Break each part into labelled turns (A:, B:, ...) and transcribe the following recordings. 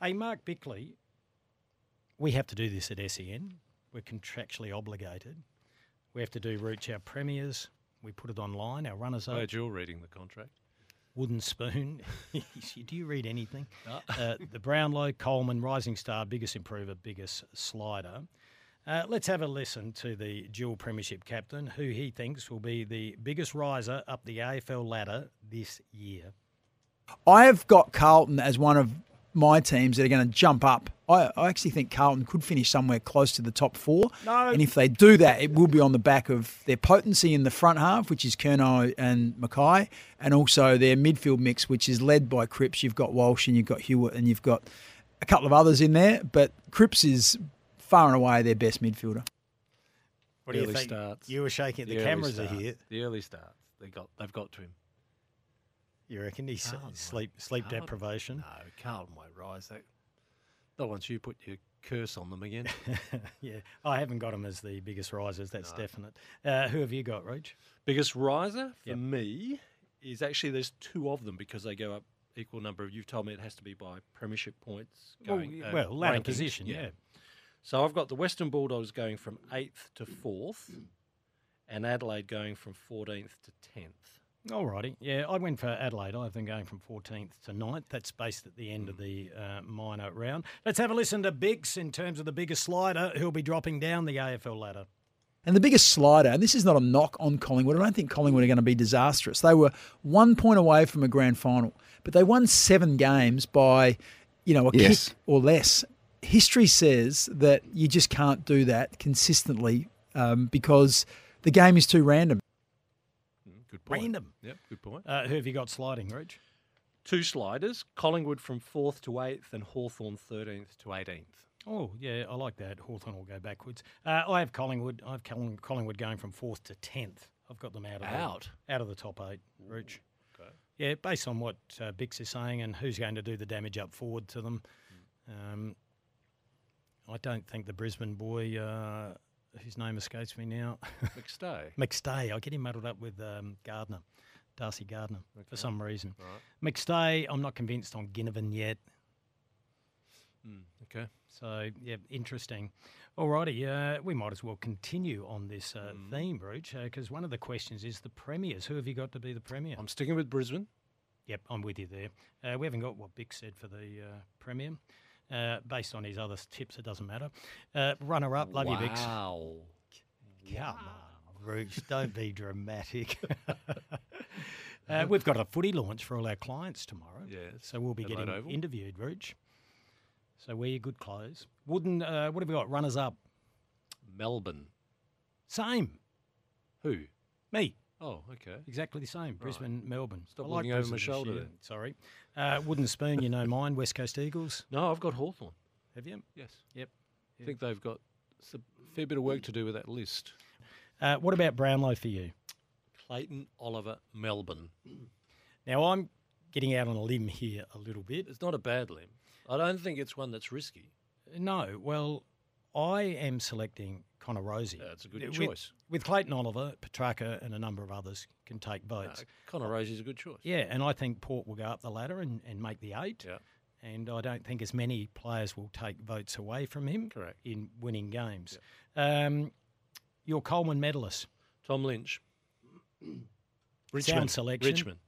A: Hey, Mark Bickley, we have to do this at SEN. We're contractually obligated. We have to do reach our premiers. We put it online. Our runners
B: Oh,
A: up.
B: you're reading the contract.
A: Wooden Spoon. do you read anything? Uh, the Brownlow, Coleman, Rising Star, biggest improver, biggest slider. Uh, let's have a listen to the dual premiership captain, who he thinks will be the biggest riser up the AFL ladder this year.
C: I have got Carlton as one of my teams that are going to jump up. I, I actually think Carlton could finish somewhere close to the top four.
A: No.
C: And if they do that, it will be on the back of their potency in the front half, which is Kerno and Mackay, and also their midfield mix, which is led by Cripps. You've got Walsh and you've got Hewitt and you've got a couple of others in there, but Cripps is far and away their best midfielder.
A: What do
B: early
A: you think?
B: starts.
A: You were shaking at the,
B: early
A: cameras are
B: starts.
A: here.
B: The early starts. They got. They've got to him.
A: You reckon he's
B: Carlton won't-
A: sleep sleep
B: Carlton-
A: deprivation?
B: No, Carlton won't rise. They, not once you put your curse on them again.
A: yeah, I haven't got him as the biggest risers. That's definite. Uh, who have you got, Roach?
B: Biggest riser for
A: Yep.
B: me is actually there's two of them because they go up equal number of. You've told me it has to be by premiership points. Going, uh,
A: well, ladder
B: rankings,
A: position. Yeah.
B: So I've got the Western Bulldogs going from eighth to fourth, and Adelaide going from fourteenth to tenth.
A: All righty. Yeah, I went for Adelaide. I've been going from 14th to 9th. That's based at the end of the uh, minor round. Let's have a listen to Bix in terms of the biggest slider who'll be dropping down the AFL ladder.
C: And the biggest slider, and this is not a knock on Collingwood, I don't think Collingwood are going to be disastrous. They were one point away from a grand final, but they won seven games by, you know, a
D: Yes.
C: kick or less. History says that you just can't do that consistently um, because the game is too random.
B: Mm, Good point.
A: Random.
B: Yep. Good point.
A: Uh, who have you got sliding, Rich?
B: Two sliders: Collingwood from fourth to eighth, and Hawthorn thirteenth to eighteenth.
A: Oh, yeah, I like that. Hawthorn will go backwards. Uh, I have Collingwood. I have Colling- Collingwood going from 4th to 10th. I've got them out of
B: Out?
A: The, out of the top eight, Rich. Yeah, based on what uh, Bix is saying and who's going to do the damage up forward to them, um, I don't think the Brisbane boy, uh, whose name escapes me now,
B: McStay.
A: McStay. I get him muddled up with um, Gardner, Darcy Gardner, for some reason. McStay, I'm not convinced on Ginnivan yet.
B: Mm, okay.
A: So yeah, interesting. Alrighty, uh, we might as well continue on this uh,
B: Mm-hmm.
A: theme, Roach, because one of the questions is the premiers. Who have you got to be the premier?
B: I'm sticking with Brisbane.
A: yep, I'm with you there. Uh, we haven't got what Bick said for the uh, premier. Uh, based on his other s- tips, it doesn't matter. Uh, runner up, love you, Bix.
B: Wow.
A: Come on, Roach, don't be dramatic. uh, we've got a footy launch for all our clients tomorrow.
B: Yes,
A: So we'll be
B: Adelaide
A: getting
B: Oval.
A: interviewed, Roach. So wear your good clothes. Wooden, uh, what have we got? Runners up.
B: Melbourne.
A: Same.
B: Who?
A: Me.
B: Oh, okay.
A: Exactly the same. Brisbane, Melbourne.
B: Stop looking over my
A: Brisbane this
B: shoulder
A: year.
B: then.
A: Sorry. Uh, Wooden Spoon, you know mine. West Coast Eagles.
B: No, I've got Hawthorn.
A: Have you?
B: Yes.
A: Yep.
B: I think they've got s- a fair bit of work to do with that list.
A: Uh, what about Brownlow for you?
B: Clayton, Oliver, Melbourne.
A: Now, I'm getting out on a limb here a little bit.
B: It's not a bad limb. I don't think it's one that's risky.
A: No, well, I am selecting Connor Rosie.
B: That's a good
A: With-
B: choice.
A: With Clayton Oliver, Petrarca, and a number of others can take
B: No,
A: votes.
B: Connor Rosie's a good choice.
A: Yeah, and I think Port will go up the ladder and, and make the eight.
B: Yeah.
A: And I don't think as many players will take votes away from him
B: Correct.
A: in winning games. Um, your Coleman medalist.
B: Tom Lynch.
A: Sound selection.
B: Richmond.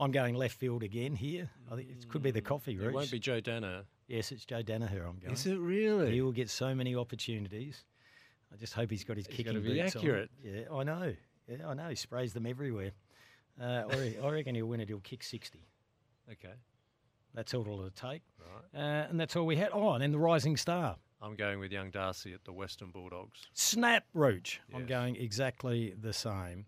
A: I'm going left field again here. I think it could be the coffee, Rich.
B: It won't be Joe Dana.
A: Yes, it's Joe Danaher I'm going.
B: it really?
A: He will get so many opportunities. I just hope he's got his
B: He's
A: kicking
B: gotta be
A: boots on.
B: accurate.
A: Yeah, I know. Yeah, I know. He sprays them everywhere. Uh, I re- I reckon he'll win it. He'll kick 60.
B: Okay.
A: That's all it'll take. Uh, and that's all we had. Oh, and then the Rising Star.
B: I'm going with young Darcy at the Western Bulldogs.
A: Snap Roach. I'm
B: Yes.
A: going exactly the same.